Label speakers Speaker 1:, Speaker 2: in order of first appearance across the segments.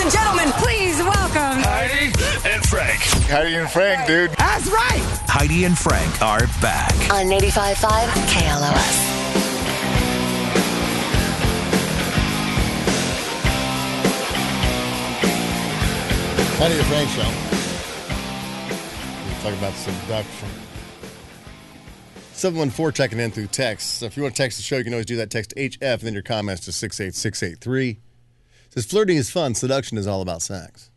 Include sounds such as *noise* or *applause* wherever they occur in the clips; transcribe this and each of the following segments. Speaker 1: and gentlemen, please welcome
Speaker 2: Heidi and Frank.
Speaker 3: Heidi and Frank, dude.
Speaker 1: That's right.
Speaker 2: Heidi and Frank are back.
Speaker 4: on 85.5 KLOS.
Speaker 3: Heidi and Frank show. We're talking about seduction. Someone for checking in through text. So if you want to text the show, you can always do that. Text HF and then your comments to 68683. It says flirting is fun, seduction is all about sex.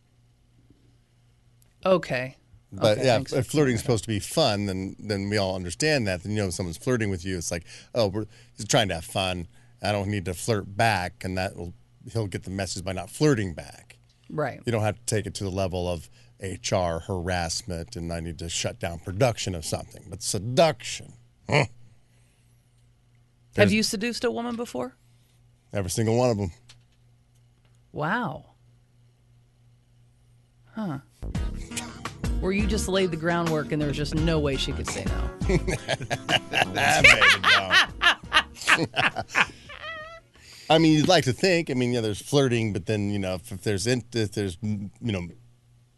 Speaker 5: Okay.
Speaker 3: But
Speaker 5: Okay,
Speaker 3: yeah,
Speaker 5: thanks.
Speaker 3: if flirting is supposed to be fun, then then we all understand that. Then you know, if someone's flirting with you, it's like, oh, we're he's trying to have fun. I don't need to flirt back, and that will he'll get the message by not flirting back.
Speaker 5: Right.
Speaker 3: You don't have to take it to the level of HR harassment, and I need to shut down production of something. But seduction,
Speaker 5: Have you seduced a woman before?
Speaker 3: every single one of them.
Speaker 5: Wow. Huh. Where you just laid the groundwork and there was just no way she could say no.
Speaker 3: I made it up. I mean, you'd like to think. I mean, yeah, there's flirting, but then you know, if, if there's in, if there's mm, you know,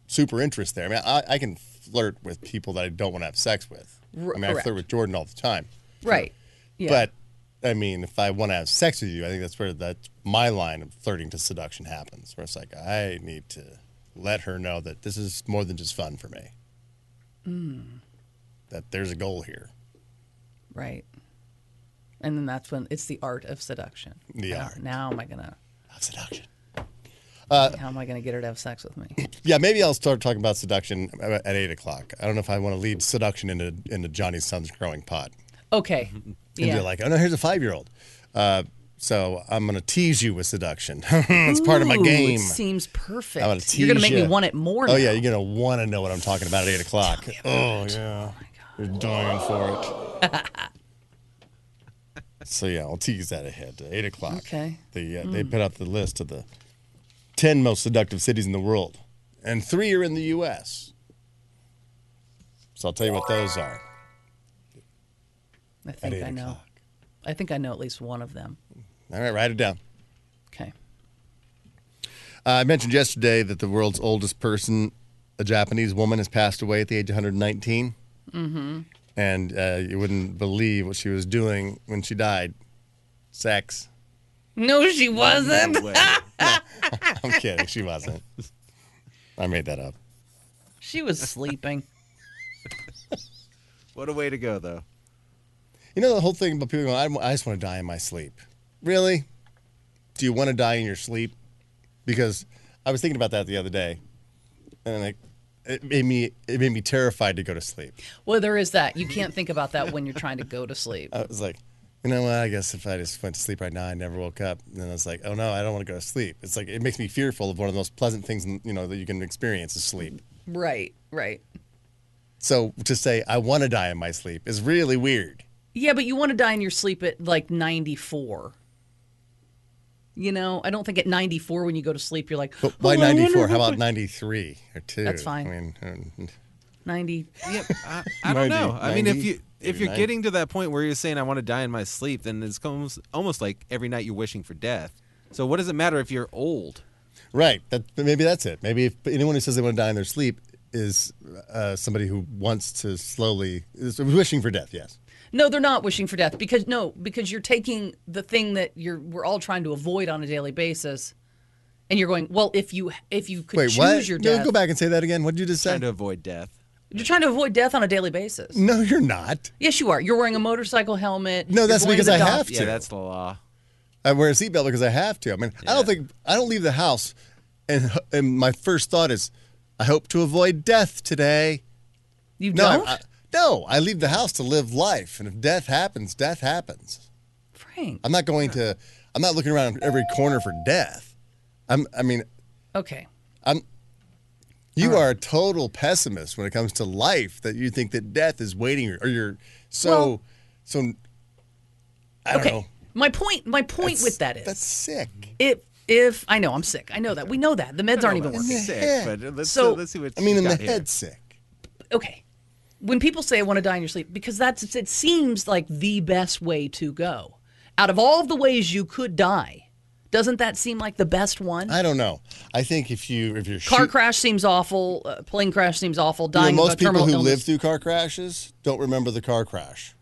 Speaker 3: super interest there. I mean, I, I can flirt with people that I don't want to have sex with.
Speaker 5: R-
Speaker 3: I mean, I
Speaker 5: correct.
Speaker 3: flirt with Jordan all the time.
Speaker 5: Right. Yeah.
Speaker 3: But I mean, if I want to have sex with you, I think that's where that my line of flirting to seduction happens, where it's like I need to let her know that this is more than just fun for me.
Speaker 5: Hmm.
Speaker 3: That there's a goal here.
Speaker 5: right. And then that's when it's the art of seduction.
Speaker 3: The
Speaker 5: now,
Speaker 3: art. Uh,
Speaker 5: Now am I gonna
Speaker 3: Of seduction.
Speaker 5: how am I gonna get her to have sex with me?
Speaker 3: Yeah, maybe I'll start talking about seduction at eight o'clock. I don't know if I want to lead seduction into into Johnny's son's growing pod. *laughs*
Speaker 5: Okay.
Speaker 3: And
Speaker 5: yeah.
Speaker 3: be like, oh no, here's a five year old. Uh, so I'm gonna tease you with seduction. *laughs* That's part of my
Speaker 5: Ooh,
Speaker 3: game.
Speaker 5: It seems perfect.
Speaker 3: I'm gonna
Speaker 5: You're gonna
Speaker 3: tease
Speaker 5: make
Speaker 3: ya.
Speaker 5: me want it more.
Speaker 3: Oh
Speaker 5: now.
Speaker 3: yeah, you're gonna want to know what I'm talking about at eight o'clock. Oh yeah, you're dying for
Speaker 5: *laughs*
Speaker 3: it. so yeah, I'll tease that ahead to eight o'clock.
Speaker 5: Okay. Mm.
Speaker 3: They uh, they put out the list of the ten most seductive cities in the world, and three are in the U.S. So I'll tell you what those are.
Speaker 5: I
Speaker 3: At
Speaker 5: think
Speaker 3: eight
Speaker 5: I know.
Speaker 3: o'clock.
Speaker 5: I think I know at least one of them.
Speaker 3: All right, write it down.
Speaker 5: Okay.
Speaker 3: Uh, I mentioned yesterday that the world's oldest person, a Japanese woman, has passed away at the age of 119. Mm-hmm. And uh, you wouldn't believe what she was doing when she died. Sex. *laughs*
Speaker 5: No, she wasn't.
Speaker 3: I'm kidding. She wasn't. I made that up.
Speaker 5: She was sleeping. *laughs*
Speaker 6: What a way to go, though.
Speaker 3: You know the whole thing about people going, I, I just want to die in my sleep. Really? Do you want to die in your sleep? Because I was thinking about that the other day, and like it made me it made me terrified to go to sleep.
Speaker 5: Well, there is that. You can't think about that when you're trying to go to sleep.
Speaker 3: I was like, you know what? I guess if I just went to sleep right now, I never woke up. And then I was like, oh no, I don't want to go to sleep. It's like it makes me fearful of one of the most pleasant things you know that you can experience is sleep.
Speaker 5: Right, right.
Speaker 3: So to say I want to die in my sleep is really weird.
Speaker 5: Yeah, but you want to die in your sleep at like 94. You know, I don't think at 94 when you go to sleep, you're like,
Speaker 3: But why
Speaker 5: "Oh, I wonder
Speaker 3: 94?
Speaker 5: if
Speaker 3: How
Speaker 5: I-"
Speaker 3: about 93 or two?
Speaker 5: That's fine.
Speaker 3: I mean, uh,
Speaker 5: 90.
Speaker 6: Yep.
Speaker 3: *laughs*
Speaker 6: I, I
Speaker 3: 90,
Speaker 6: don't know. I mean, if
Speaker 3: 90,
Speaker 6: you if
Speaker 3: maybe
Speaker 6: you're
Speaker 3: 90.
Speaker 6: getting to that point where you're saying I want to die in my sleep, then it's almost almost like every night you're wishing for death. So what does it matter if you're old?
Speaker 3: right? That maybe that's it. Maybe if anyone who says they want to die in their sleep is uh, somebody who wants to slowly is wishing for death. Yes.
Speaker 5: No, they're not wishing for death because no, because you're taking the thing that you're we're all trying to avoid on a daily basis and you're going, "Well, if you if you could
Speaker 3: Wait,
Speaker 5: choose
Speaker 3: what?
Speaker 5: your
Speaker 3: No,
Speaker 5: death."
Speaker 3: go back and say that again. What did you just say?
Speaker 6: Trying to avoid death.
Speaker 5: You're trying to avoid death on a daily basis.
Speaker 3: No, you're not.
Speaker 5: Yes, you are. You're wearing a motorcycle helmet.
Speaker 3: No,
Speaker 5: You're
Speaker 3: that's
Speaker 5: going to
Speaker 3: because
Speaker 5: the
Speaker 3: I
Speaker 5: doctor.
Speaker 3: have to.
Speaker 6: Yeah, that's the law.
Speaker 3: I wear a seatbelt because I have to. I mean, I don't
Speaker 6: Yeah.
Speaker 3: think I don't leave the house, and and my first thought is, I hope to avoid death today.
Speaker 5: You
Speaker 3: No,
Speaker 5: don't,
Speaker 3: I, I, no, I leave the house to live life, and if death happens, death happens.
Speaker 5: Frank.
Speaker 3: I'm not going to. I'm not looking around every corner for death. I'm. I mean,
Speaker 5: Okay.
Speaker 3: you are a total pessimist when it comes to life. That you think that death is waiting, or you're so
Speaker 5: Well-
Speaker 3: so. I don't
Speaker 5: okay.
Speaker 3: know.
Speaker 5: My point. My point with that is
Speaker 3: that's sick.
Speaker 5: if if I know I'm sick. I know that. We know that. The meds aren't even
Speaker 3: In
Speaker 5: working.
Speaker 3: the
Speaker 6: Sick,
Speaker 3: head.
Speaker 6: but let's,
Speaker 5: So-
Speaker 6: let's see what
Speaker 3: I mean,
Speaker 6: she's
Speaker 3: in the
Speaker 6: got here.
Speaker 3: head, sick.
Speaker 5: Okay. When people say I want to die in your sleep, because that's it seems like the best way to go. Out of all the ways you could die, Doesn't that seem like the best one?
Speaker 3: I don't know. I think if you if you're
Speaker 5: Car
Speaker 3: shoot-
Speaker 5: crash seems awful. Uh, plane crash seems awful.
Speaker 3: You know,
Speaker 5: Dying of
Speaker 3: most
Speaker 5: a
Speaker 3: people
Speaker 5: terminal
Speaker 3: who
Speaker 5: illness.
Speaker 3: live through car crashes don't remember the car crash.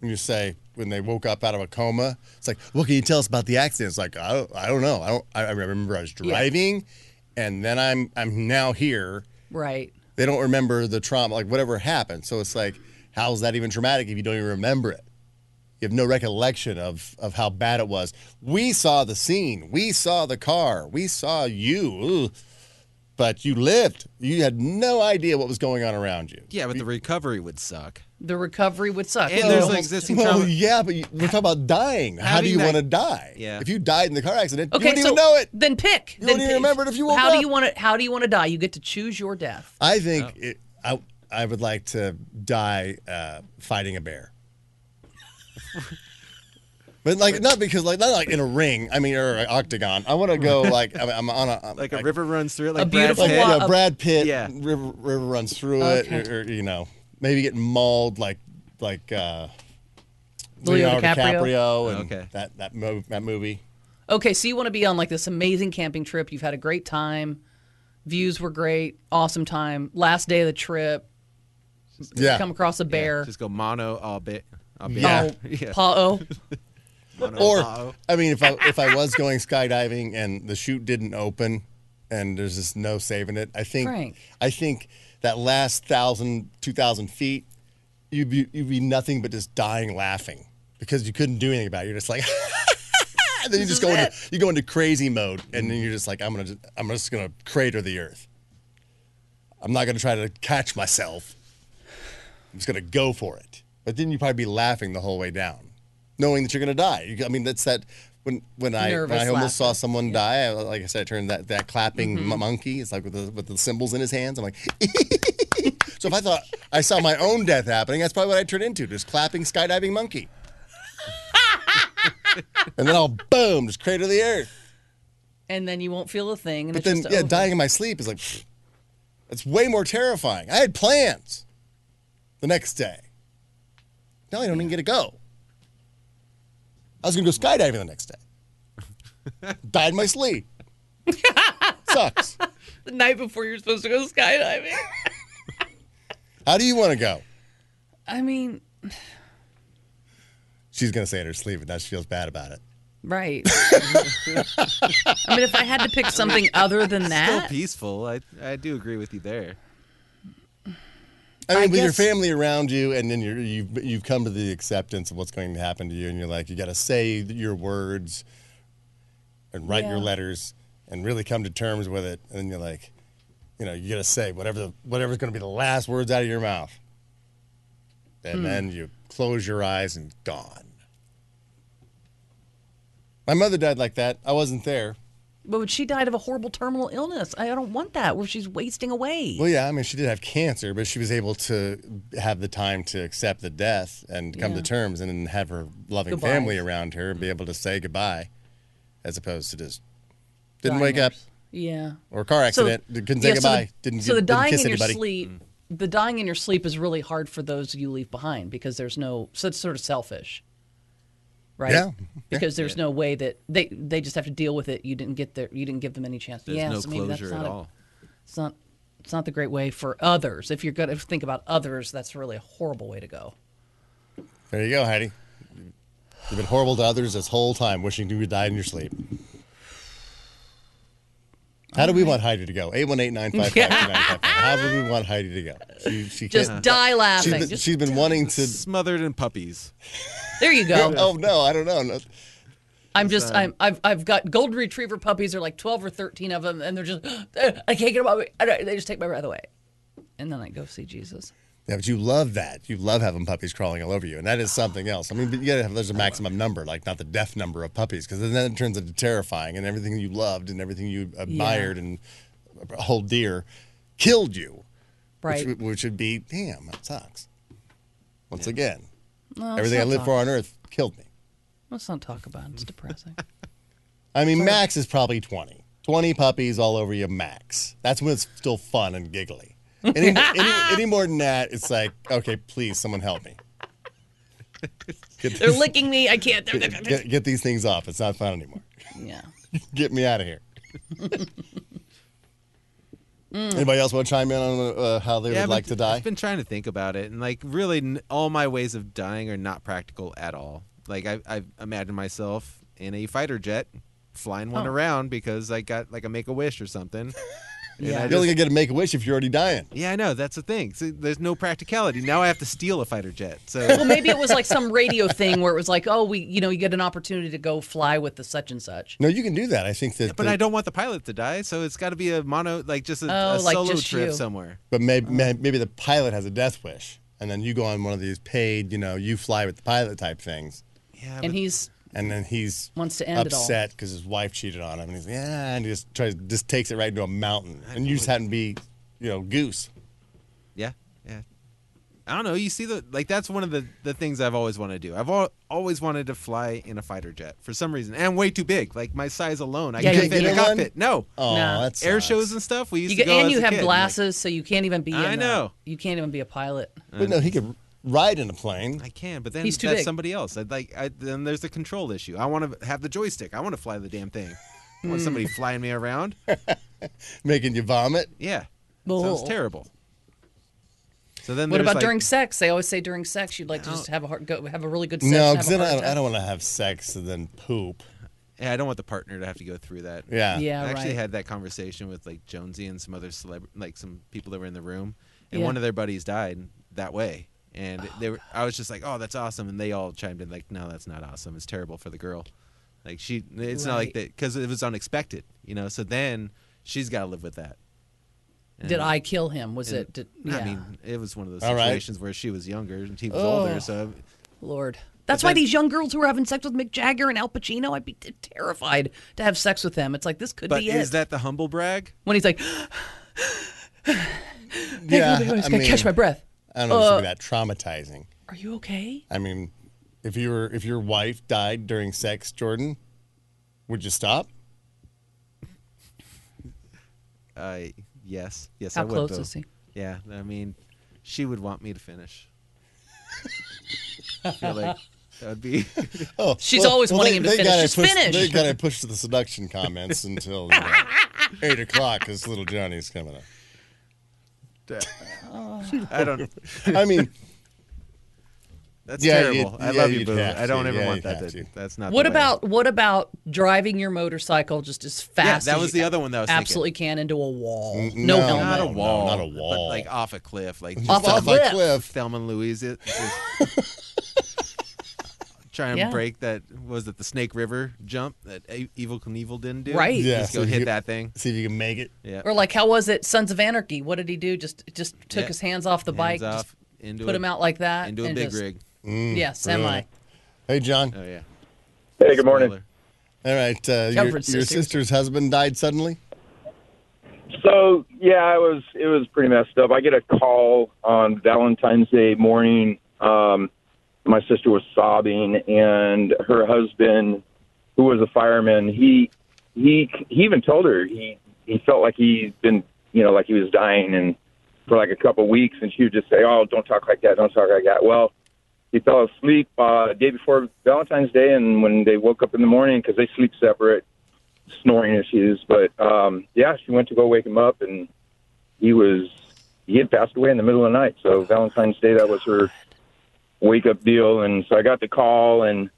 Speaker 3: When you say when they woke up out of a coma, it's like, "What can you tell us about the accident?" It's like, "I don't, I don't know. I don't. I I remember I was driving, and then I'm I'm now here."
Speaker 5: right.
Speaker 3: They don't remember the trauma, like whatever happened. So it's like, how's that even traumatic if you don't even remember it? You have no recollection of of how bad it was. We saw the scene. We saw the car. We saw you. Ugh. But you lived. You had no idea what was going on around you.
Speaker 6: Yeah, but the recovery would suck.
Speaker 5: The recovery would suck.
Speaker 6: And there's like existing
Speaker 3: Well,
Speaker 6: trauma.
Speaker 3: yeah, but you, we're talking about dying. How,
Speaker 6: How
Speaker 3: do
Speaker 6: do
Speaker 3: you
Speaker 6: you
Speaker 3: want to
Speaker 6: not-
Speaker 3: die?
Speaker 6: Yeah.
Speaker 3: If you died in the car accident,
Speaker 5: Okay,
Speaker 3: you wouldn't
Speaker 5: so
Speaker 3: even know it.
Speaker 5: Then pick.
Speaker 3: You
Speaker 5: then
Speaker 3: wouldn't
Speaker 5: pick.
Speaker 3: even remember it if you woke
Speaker 5: how
Speaker 3: up.
Speaker 5: do you want to? How do you want to die? You get to choose your death.
Speaker 3: I think it, I I would like to die uh, fighting a
Speaker 6: *laughs*
Speaker 3: bear. But like not because like not like in a ring. I mean, or an octagon. I want to go like I'm, I'm on a I'm
Speaker 6: Like a river runs through it. Like
Speaker 5: A beautiful
Speaker 3: Like
Speaker 6: Brad
Speaker 5: Well,
Speaker 6: Pitt.
Speaker 3: you
Speaker 5: wa-
Speaker 3: know, Brad Pitt.
Speaker 6: yeah.
Speaker 3: River, river runs through it,
Speaker 5: Okay.
Speaker 3: or, or, you know, maybe get mauled like like uh,
Speaker 5: Leo
Speaker 3: Leonardo
Speaker 5: DiCaprio.
Speaker 3: DiCaprio, and
Speaker 6: Okay.
Speaker 3: that that mo- that movie.
Speaker 5: Okay, so you want to be on like this amazing camping trip. You've had a great time. Views were great. Awesome time. Last day of the trip.
Speaker 3: Yeah.
Speaker 5: Come across a bear.
Speaker 6: Just go mono all bit. All bit.
Speaker 3: *laughs* Yeah.
Speaker 5: Oh, pa-oh.
Speaker 6: Mono,
Speaker 3: Or
Speaker 6: *laughs* uh-oh.
Speaker 3: I mean, if I if I was going skydiving and the chute didn't open, and there's just no saving it, I think
Speaker 5: Frank.
Speaker 3: I think that last thousand, two thousand feet, you'd be you'd be nothing but just dying laughing because you couldn't do anything about it. You're just like. *laughs* And then you just go into you go into crazy mode, and then you're just like, I'm gonna just, I'm just gonna crater the earth. I'm not gonna try to catch myself. I'm just gonna go for it. But then you probably be laughing the whole way down, knowing that you're gonna die. You- I mean, that's that. When when I when
Speaker 5: Nervous
Speaker 3: I almost saw
Speaker 5: laughter.
Speaker 3: someone die, I, like I said, I turned that that clapping m- monkey. It's like with the with the symbols in his hands. I'm like. *laughs* So if I thought I saw my own death happening, that's probably what I'd turn into, just clapping skydiving monkey. *laughs* and then I'll boom, just crater the earth.
Speaker 5: And then you won't feel a thing. And
Speaker 3: But
Speaker 5: it's
Speaker 3: then,
Speaker 5: just oh,
Speaker 3: yeah,
Speaker 5: over.
Speaker 3: dying in my sleep is like, pfft, it's way more terrifying. I had plans the next day. Now I don't even get to go. I was going to go skydiving the next day. Died in my sleep. Sucks.
Speaker 5: The night before you're supposed to go skydiving.
Speaker 3: *laughs* How do you want to go?
Speaker 5: I mean,
Speaker 3: She's going to say it in her sleep, and now she feels bad about it. *laughs*
Speaker 5: right. I mean, if I had to pick something other than
Speaker 6: Still
Speaker 5: that,
Speaker 6: peaceful. I I do agree with you there.
Speaker 3: I mean,
Speaker 5: I
Speaker 3: with your
Speaker 5: guess-
Speaker 3: family around you, and then you're, you've you've come to the acceptance of what's going to happen to you, and you're like, you got to say th- your words, and write your
Speaker 5: Yeah.
Speaker 3: letters, and really come to terms with it. And then you're like, you know, you got to say whatever the, whatever's going to be the last words out of your mouth,
Speaker 5: Hmm.
Speaker 3: and then you close your eyes and gone. My mother died like that. I wasn't there.
Speaker 5: but she died of a horrible terminal illness. I don't want that where she's wasting away.
Speaker 3: Well, yeah, I mean, she did have cancer, but she was able to have the time to accept the death and come
Speaker 5: Yeah.
Speaker 3: to
Speaker 5: Mm-hmm.
Speaker 3: terms and then have her loving
Speaker 5: Goodbye.
Speaker 3: family around her and be able to say goodbye as opposed to just didn't
Speaker 5: Dying
Speaker 3: wake up
Speaker 5: nurse. Yeah.
Speaker 3: or car accident, couldn't say
Speaker 5: yeah,
Speaker 3: goodbye,
Speaker 5: So the,
Speaker 3: didn't,
Speaker 5: so the
Speaker 3: didn't
Speaker 5: dying
Speaker 3: kiss
Speaker 5: in your
Speaker 3: anybody.
Speaker 5: sleep,
Speaker 6: Mm.
Speaker 5: the dying in your sleep is really hard for those you leave behind because there's no. So it's sort of selfish, right?
Speaker 3: Yeah.
Speaker 5: Because there's no way that they they just have to deal with it. You didn't get there. You didn't give them any chance.
Speaker 6: There's
Speaker 5: yeah.
Speaker 6: no
Speaker 5: so maybe that's
Speaker 6: closure
Speaker 5: not
Speaker 6: at
Speaker 5: a-
Speaker 6: all.
Speaker 5: It's not. It's not the great way for others. If you're going to think about others, that's really a horrible way to go.
Speaker 3: There you go, Heidi. You've been horrible to others this whole time, wishing you had died in your sleep. How do we want Heidi to go? 818 955 How do
Speaker 5: *laughs*
Speaker 3: we want Heidi to go? She, she
Speaker 5: Just
Speaker 3: can't-
Speaker 5: die
Speaker 3: she's
Speaker 5: laughing.
Speaker 3: been,
Speaker 5: Just,
Speaker 3: she's been wanting to.
Speaker 6: Smothered in puppies.
Speaker 5: there you go.
Speaker 3: Oh, no, I don't know. No.
Speaker 5: I'm just I'm I've I've got golden retriever puppies. There are like twelve or thirteen of them, and they're just *gasps* I can't get them out. of me." I don't- They just take my breath away, and then I go see Jesus.
Speaker 3: Yeah, but you love that. You love having puppies crawling all over you, and that is something else. I mean, but you gotta have there's a maximum number, like not the death number of puppies, because then it turns into terrifying, and everything you loved and everything you admired and hold dear killed you,
Speaker 5: Right?
Speaker 3: which, which would be damn. That sucks. Once again,
Speaker 5: Well,
Speaker 3: everything I
Speaker 5: let's not
Speaker 3: lived for on Earth killed me.
Speaker 5: talk- Let's not talk about it. It's
Speaker 6: *laughs*
Speaker 5: depressing.
Speaker 3: I mean, max is probably 20. 20 puppies all over you, max. That's when it's still fun and giggly.
Speaker 6: *laughs*
Speaker 3: Any, any, any more than that, it's like, okay, please, someone help me. Get,
Speaker 5: they're licking me. I can't. They're,
Speaker 3: get, get these things off. It's not fun anymore. *laughs*
Speaker 5: yeah.
Speaker 3: Get me out of here.
Speaker 6: Hmm.
Speaker 3: Anybody else want to chime in on uh, how they
Speaker 6: I've
Speaker 3: would
Speaker 6: been-
Speaker 3: like to die?
Speaker 6: I've been trying to think about it, and like really, n- all my ways of dying are not practical at all. Like I, I imagine myself in a fighter jet, flying one around because I got like a make a wish
Speaker 5: *laughs*
Speaker 6: or something. And
Speaker 5: Yeah.
Speaker 6: I
Speaker 3: You're only
Speaker 6: just-
Speaker 3: gonna get a make a wish if you're already dying.
Speaker 6: yeah, I know. That's the thing. So there's no practicality. Now I have to steal a fighter jet.
Speaker 5: *laughs* Well,
Speaker 6: So
Speaker 5: maybe it was like some radio thing where it was like, oh, we, you know, you get an opportunity to go fly with the such and such.
Speaker 3: No, you can do that. I think that.
Speaker 6: but
Speaker 3: the-
Speaker 6: I don't want the pilot to die. So it's got to be a mono, like just a,
Speaker 5: Oh,
Speaker 6: a
Speaker 5: like
Speaker 6: solo
Speaker 5: just
Speaker 6: trip
Speaker 5: you.
Speaker 6: somewhere.
Speaker 3: But maybe, maybe the pilot has a death wish, and then you go on one of these paid, you know, you fly with the pilot type things,
Speaker 6: Yeah,
Speaker 5: And he's
Speaker 3: and then he's
Speaker 5: Wants to end it all.
Speaker 3: upset because his wife cheated on him, and he's yeah, and he just tries just takes it right into a mountain, and you just happen to be, you know, goose.
Speaker 6: Yeah, yeah. I don't know. You see the like that's one of the the things I've always wanted to do. I've al- always wanted to fly in a fighter jet for some reason, and I'm way too big. Like my size alone, I
Speaker 5: Yeah, you
Speaker 6: can't fit in
Speaker 5: can't
Speaker 6: the
Speaker 3: get one?
Speaker 6: cockpit. No.
Speaker 3: Oh,
Speaker 5: Nah.
Speaker 3: that's
Speaker 6: Air shows and stuff. We used
Speaker 5: you
Speaker 6: to
Speaker 5: get,
Speaker 6: go
Speaker 5: and
Speaker 6: as
Speaker 5: you
Speaker 6: a
Speaker 5: have
Speaker 6: kid,
Speaker 5: glasses, so you can't even be.
Speaker 6: I
Speaker 5: in a-
Speaker 6: know.
Speaker 5: you can't even be a pilot.
Speaker 3: But no, he could ride in a plane.
Speaker 6: Like, I can, but then
Speaker 5: He's too
Speaker 6: that's
Speaker 5: big.
Speaker 6: somebody else. I'd like I, then there's the control issue. I want to have the joystick. I want to fly the damn thing. I
Speaker 5: Hmm.
Speaker 6: want somebody flying me
Speaker 5: *laughs*
Speaker 6: around.
Speaker 3: making you vomit.
Speaker 6: Yeah, sounds
Speaker 5: Bull.
Speaker 6: terrible. So then
Speaker 5: What
Speaker 6: there's,
Speaker 5: about
Speaker 6: like,
Speaker 5: during sex? They always say during sex you'd like to just have a heart, go, have a really good sex.
Speaker 3: no,
Speaker 5: and
Speaker 3: because
Speaker 5: have
Speaker 3: then I
Speaker 5: a heart
Speaker 3: don't, I
Speaker 5: attack.
Speaker 3: don't want to have sex and then poop.
Speaker 6: Yeah, I don't want the partner to have to go through that.
Speaker 3: Yeah.
Speaker 5: Yeah.
Speaker 6: I actually
Speaker 5: right.
Speaker 6: had that conversation with like Jonesy and some other celeb, like some people that were in the room, and
Speaker 5: Yeah.
Speaker 6: one of their buddies died that way. And they were, I was just like, "Oh, that's awesome!" And they all chimed in like, "No, that's not awesome. It's terrible for the girl. Like she, it's not like
Speaker 5: Right.
Speaker 6: that because it was unexpected, you know. So then she's got to live with that."
Speaker 5: Did I kill him? Was it? Did, yeah.
Speaker 6: I mean, it was one of those
Speaker 3: All right.
Speaker 6: situations where she was younger and he was older. So
Speaker 5: Lord. That's why
Speaker 6: then-
Speaker 5: these young girls who are having sex with Mick Jagger and Al Pacino, I'd be t- terrified to have sex with them. It's like this could
Speaker 6: but
Speaker 5: be
Speaker 6: is
Speaker 5: it.
Speaker 6: that the humble brag?
Speaker 5: when he's like, *gasps*
Speaker 3: Yeah,
Speaker 5: I was gonna catch my Uh. breath.
Speaker 3: I don't know. This would be that traumatizing.
Speaker 5: Are you okay?
Speaker 3: I mean, if you were if your wife died during sex, Jordan, would you stop?
Speaker 6: Uh, yes, yes.
Speaker 5: How
Speaker 6: I would,
Speaker 5: close
Speaker 6: though.
Speaker 5: is he?
Speaker 6: Yeah, I mean, she would want me to finish. I feel like that would be.
Speaker 3: Oh,
Speaker 5: She's always wanting him to finish.
Speaker 3: gotta
Speaker 5: Just
Speaker 3: push,
Speaker 5: finish.
Speaker 3: They gotta push the seduction comments until
Speaker 5: *laughs*
Speaker 3: you know, eight o'clock because little Johnny's coming up.
Speaker 6: I don't.
Speaker 3: I
Speaker 5: *laughs*
Speaker 3: mean,
Speaker 6: That's
Speaker 3: Yeah,
Speaker 6: terrible.
Speaker 3: you'd-
Speaker 6: I
Speaker 3: yeah,
Speaker 6: love you,
Speaker 3: you'd
Speaker 6: boo.
Speaker 3: have
Speaker 6: I don't
Speaker 3: to.
Speaker 6: ever
Speaker 3: Yeah,
Speaker 6: want
Speaker 3: you'd
Speaker 6: that.
Speaker 3: have
Speaker 6: to-
Speaker 3: to.
Speaker 6: that's not. the
Speaker 5: What
Speaker 6: way.
Speaker 5: about what about driving your motorcycle just as fast?
Speaker 6: that
Speaker 5: as
Speaker 6: was
Speaker 5: you
Speaker 6: the other one that I was thinking. Mm,
Speaker 5: absolutely can into a wall.
Speaker 3: N-
Speaker 5: no,
Speaker 3: no,
Speaker 5: helmet.
Speaker 6: Not a
Speaker 3: no,
Speaker 6: wall.
Speaker 3: not a wall.
Speaker 6: But like off a cliff. Like
Speaker 3: just
Speaker 6: just
Speaker 5: a
Speaker 3: off a
Speaker 5: cliff.
Speaker 3: cliff.
Speaker 6: Thelma and Louise. It,
Speaker 5: *laughs*
Speaker 6: try and
Speaker 5: Yeah.
Speaker 6: break that. Was it the Snake River jump that E- Evil Knievel didn't do?
Speaker 5: Right.
Speaker 3: Yeah,
Speaker 6: Just go
Speaker 3: so
Speaker 6: hit
Speaker 3: you-
Speaker 6: that thing.
Speaker 3: See if you can make it.
Speaker 6: Yeah.
Speaker 5: Or like, how was it? Sons of Anarchy. What did he do? Just just took
Speaker 6: Yeah.
Speaker 5: his hands off the bike,
Speaker 6: Hands
Speaker 5: just
Speaker 6: off, into
Speaker 5: put
Speaker 6: a,
Speaker 5: him out like that,
Speaker 6: into a
Speaker 5: and
Speaker 6: big
Speaker 5: just-
Speaker 6: rig. Mm,
Speaker 5: Yeah, semi.
Speaker 3: Hey, John.
Speaker 6: Oh yeah.
Speaker 7: Hey, good morning.
Speaker 6: Spoiler.
Speaker 3: All right, uh, your,
Speaker 5: Jump
Speaker 3: your
Speaker 5: for sisters.
Speaker 3: sister's husband died suddenly.
Speaker 7: So yeah, it was it was pretty messed up. I get a call on Valentine's Day morning. Um, my sister was sobbing, and her husband, who was a fireman, he he he even told her he he felt like he'd been you know like he was dying and for like a couple of weeks, and she would just say, "Oh, don't talk like that, don't talk like that." Well, he fell asleep uh, the day before Valentine's Day, and when they woke up in the morning because they sleep separate, snoring issues. But um, yeah, she went to go wake him up, and he was he had passed away in the middle of the night. So Valentine's Day, that was her wake up deal, and so I got the call, and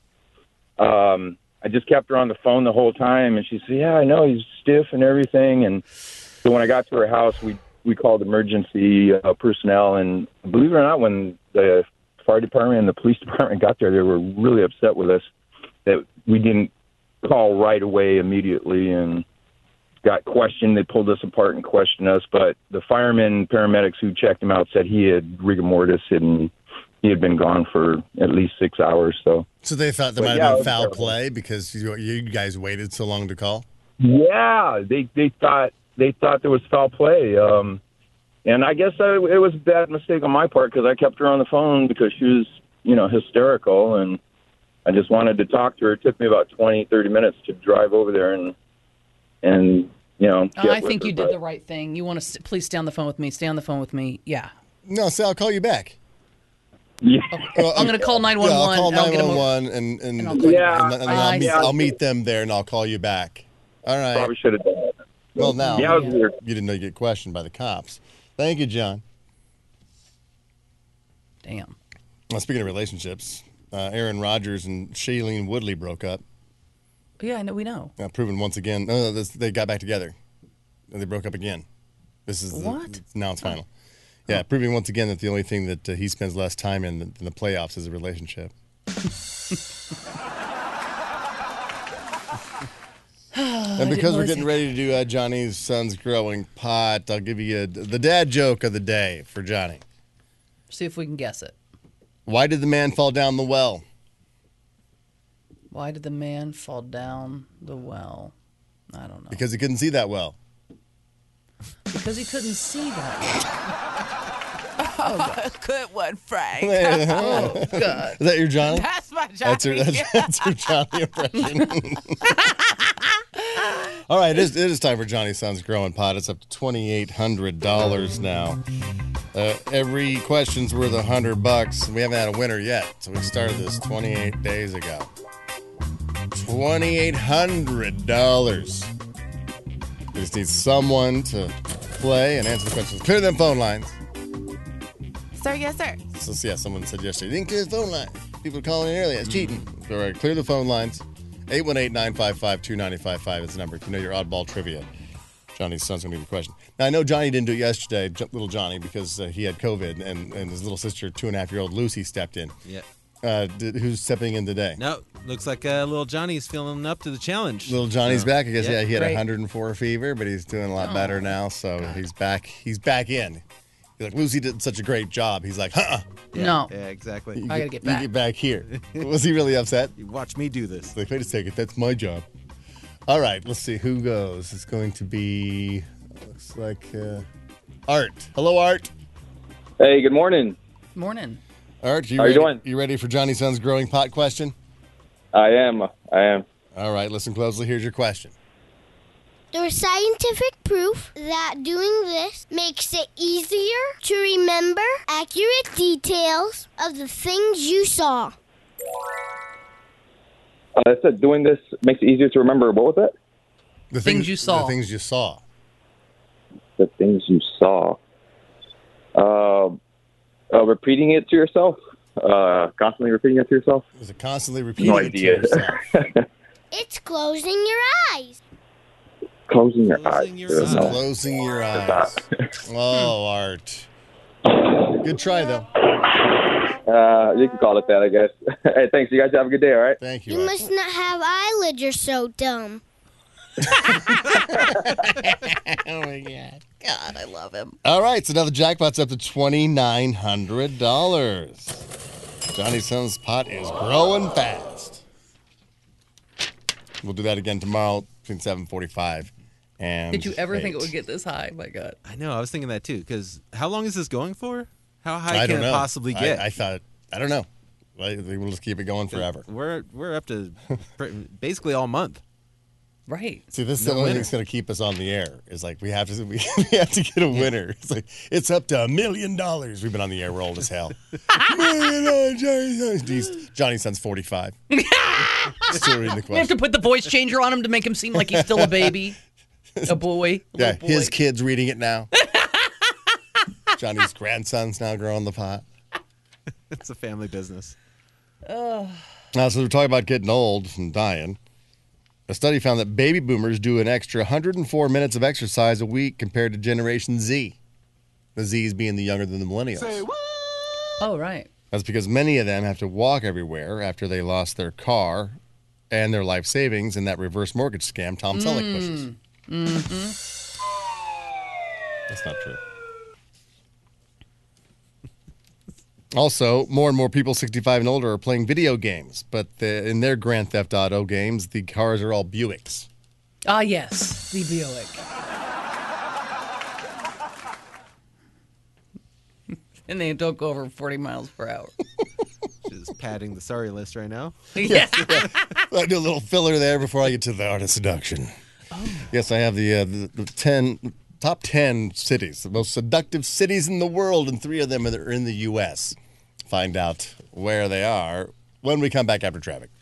Speaker 7: um, I just kept her on the phone the whole time, and she said, "Yeah, I know he's stiff and everything." And so when I got to her house, we we called emergency uh, personnel, and believe it or not, when the fire department and the police *laughs* department got there, they were really upset with us that we didn't call right away immediately and got questioned. They pulled us apart and questioned us, but the firemen, paramedics who checked him out said he had rigor mortis and he had been gone for at least six hours. So
Speaker 3: So they thought there
Speaker 7: Well,
Speaker 3: might
Speaker 7: yeah,
Speaker 3: have
Speaker 7: it
Speaker 3: been
Speaker 7: was
Speaker 3: foul
Speaker 7: terrible.
Speaker 3: play because you, you guys waited so long to call.
Speaker 7: yeah, they they thought they thought there was foul play. Um, and I guess I, it was a bad mistake on my part because I kept her on the phone because she was you know hysterical and. I just wanted to talk to her. It took me about twenty, thirty minutes to drive over there and, and you know.
Speaker 5: Oh,
Speaker 7: get
Speaker 5: I
Speaker 7: with
Speaker 5: think
Speaker 7: her,
Speaker 5: you
Speaker 7: but-
Speaker 5: did the right thing. You want to s please stay on the phone with me. Stay on the phone with me. Yeah.
Speaker 3: No, so I'll call you back.
Speaker 7: *laughs* Yeah.
Speaker 3: Well,
Speaker 5: I'm gonna call
Speaker 3: Yeah, I'll call
Speaker 5: 911. I'll get him over-
Speaker 3: 911 and, and,
Speaker 5: And I'll
Speaker 3: and,
Speaker 5: call you
Speaker 7: back.
Speaker 3: and- and
Speaker 7: Yeah,
Speaker 3: I'll, meet,
Speaker 7: I-
Speaker 3: I'll meet them there and I'll call you back. All right.
Speaker 7: Probably should have done it.
Speaker 3: Well, now
Speaker 7: Yeah, it was weird.
Speaker 3: you didn't know you get questioned by the cops. Thank you, John.
Speaker 5: Damn.
Speaker 3: Well, speaking of relationships, uh, Aaron Rodgers and Shailene Woodley broke up,
Speaker 5: Yeah, I know. We know.
Speaker 3: uh, proven once again. No, no, this, they got back together. And they broke up again. This is the-
Speaker 5: What?
Speaker 3: now it's final. Yeah, proving once again that the only thing that uh, he spends less time in than, than the playoffs is a relationship. and because we're
Speaker 5: realize
Speaker 3: getting
Speaker 5: it.
Speaker 3: ready to do uh, Johnny's son's growing pot, I'll give you uh the dad joke of the day for Johnny.
Speaker 5: See if we can guess it.
Speaker 3: Why did the man fall down the well?
Speaker 5: Why did the man fall down the well? I don't know.
Speaker 3: Because he couldn't see that well.
Speaker 5: Because he couldn't see that.
Speaker 8: Good one, Frank.
Speaker 3: *laughs* Is that your Johnny?
Speaker 8: That's my job.
Speaker 3: That's your, that's, *laughs* that's your Johnny impression. *laughs* All right, it is, it is time for Johnny Sun's Growing Pot. It's up to $2,800 now. Uh, every question's worth a 100 bucks. We haven't had a winner yet, so we started this 28 days ago. $2,800. We just need someone to play and answer the questions. Clear them phone lines.
Speaker 8: sir, yes, sir.
Speaker 3: So yeah, someone said yesterday, didn't clear the phone line. People are calling in early. That's cheating. So, all right, clear the phone lines. 818-955-2955 is the number. If you know your oddball trivia, Johnny's son's going to be the question. Now, I know Johnny didn't do it yesterday, J- little Johnny, because uh, he had COVID, and, and his little sister, two-and-a-half-year-old Lucy, stepped in.
Speaker 6: Yeah.
Speaker 3: Uh, d- who's stepping in today?
Speaker 6: No, looks like uh, little Johnny's feeling up to the challenge.
Speaker 3: Little Johnny's
Speaker 6: So,
Speaker 3: back. I guess
Speaker 6: yeah,
Speaker 3: yeah, he had
Speaker 5: great.
Speaker 3: 104 fever, but he's doing a lot better now. So he's back. He's back in. He's like Lucy did such a great job. He's like, huh?
Speaker 6: Yeah,
Speaker 5: No.
Speaker 6: Yeah, exactly.
Speaker 5: I gotta get back.
Speaker 3: You get back
Speaker 5: *laughs*
Speaker 3: here. Was he really upset?
Speaker 6: You watch me do this.
Speaker 3: Like, wait a second, that's my job. All right, let's see who goes. It's going to be looks like uh, Art. Hello, Art.
Speaker 7: Hey, good morning.
Speaker 5: Morning.
Speaker 3: Art, you
Speaker 7: How you
Speaker 3: ready?
Speaker 7: doing?
Speaker 3: You ready for Johnny Sun's growing pot question?
Speaker 7: I am. I am.
Speaker 3: All right, listen closely. Here's your question.
Speaker 9: There's scientific proof that doing this makes it easier to remember accurate details of the things you saw.
Speaker 7: Uh, I said doing this makes it easier to remember. What was it?
Speaker 3: The
Speaker 5: Things you saw.
Speaker 3: The things you saw.
Speaker 7: The things you saw. Uh, uh, repeating it to yourself. Uh, constantly repeating it to yourself.
Speaker 3: Is it constantly repeating? it to
Speaker 7: idea.
Speaker 3: yourself?
Speaker 7: *laughs*
Speaker 9: It's closing your eyes.
Speaker 7: Closing your
Speaker 6: Closing
Speaker 7: eyes.
Speaker 6: your
Speaker 7: There's no-
Speaker 3: Closing your eyes. Oh, Art. Good try though.
Speaker 7: Uh, you can call it that, I guess. *laughs* hey, thanks. You guys have a good day. All right.
Speaker 3: Thank you.
Speaker 9: You
Speaker 3: Art.
Speaker 9: must not have eyelids, you're so dumb.
Speaker 5: God, I love him.
Speaker 3: All right, so now the jackpot's up to twenty nine hundred dollars. Johnny Sun's pot is growing fast. We'll do that again tomorrow between seven forty five and.
Speaker 5: Did you ever think it
Speaker 3: 8.
Speaker 5: would get this high? My God.
Speaker 6: I know. I was thinking that too. Because how long is this going for? How high
Speaker 3: I
Speaker 6: can
Speaker 3: don't
Speaker 6: it
Speaker 3: know.
Speaker 6: possibly
Speaker 3: I-
Speaker 6: get?
Speaker 3: I, thought I don't know. Like, We'll just keep it going forever.
Speaker 6: we're we're
Speaker 3: *laughs*
Speaker 6: up to pr- basically all month.
Speaker 5: Right.
Speaker 3: See, this is
Speaker 6: No
Speaker 3: the only thing
Speaker 6: winner.
Speaker 3: that's going to keep us on the air. Is like we have to *laughs* we, we have to get a winner. It's like it's up to a million dollars. We've been on the air. We're old as hell. million dollars, Johnny Sons. Jeez, Johnny Son's forty five. Still reading the
Speaker 5: We have to
Speaker 3: question.
Speaker 5: put the voice changer on him to make him seem like he's still a baby, a boy. A
Speaker 3: Yeah,
Speaker 5: little boy.
Speaker 3: his kid's reading it now. Johnny's grandson's now growing the pot.
Speaker 6: It's a family business.
Speaker 3: Now, since we're talking about getting old and dying, a study found that baby boomers do an extra 104 minutes of exercise a week compared to Generation Z. The Z's being the younger than the millennials.
Speaker 5: Oh, right.
Speaker 3: That's because many of them have to walk everywhere after they lost their car and their life savings in that reverse mortgage scam Tom Selleck pushes. That's not true. *laughs* Also, more and more people 65 and older are playing video games, but the, in their Grand Theft Auto games, the cars are all Buicks.
Speaker 5: Ah, yes. The Buick. *laughs* and they don't go over 40 miles per *laughs* hour.
Speaker 6: Just padding the sorry list right now.
Speaker 5: yeah.
Speaker 3: I do a little filler there before I get to the art of seduction. Yes, I have the, uh, the, the 10 top 10 cities, the most seductive cities in the world, and three of them are in the U.S. Find out where they are when we come back after traffic.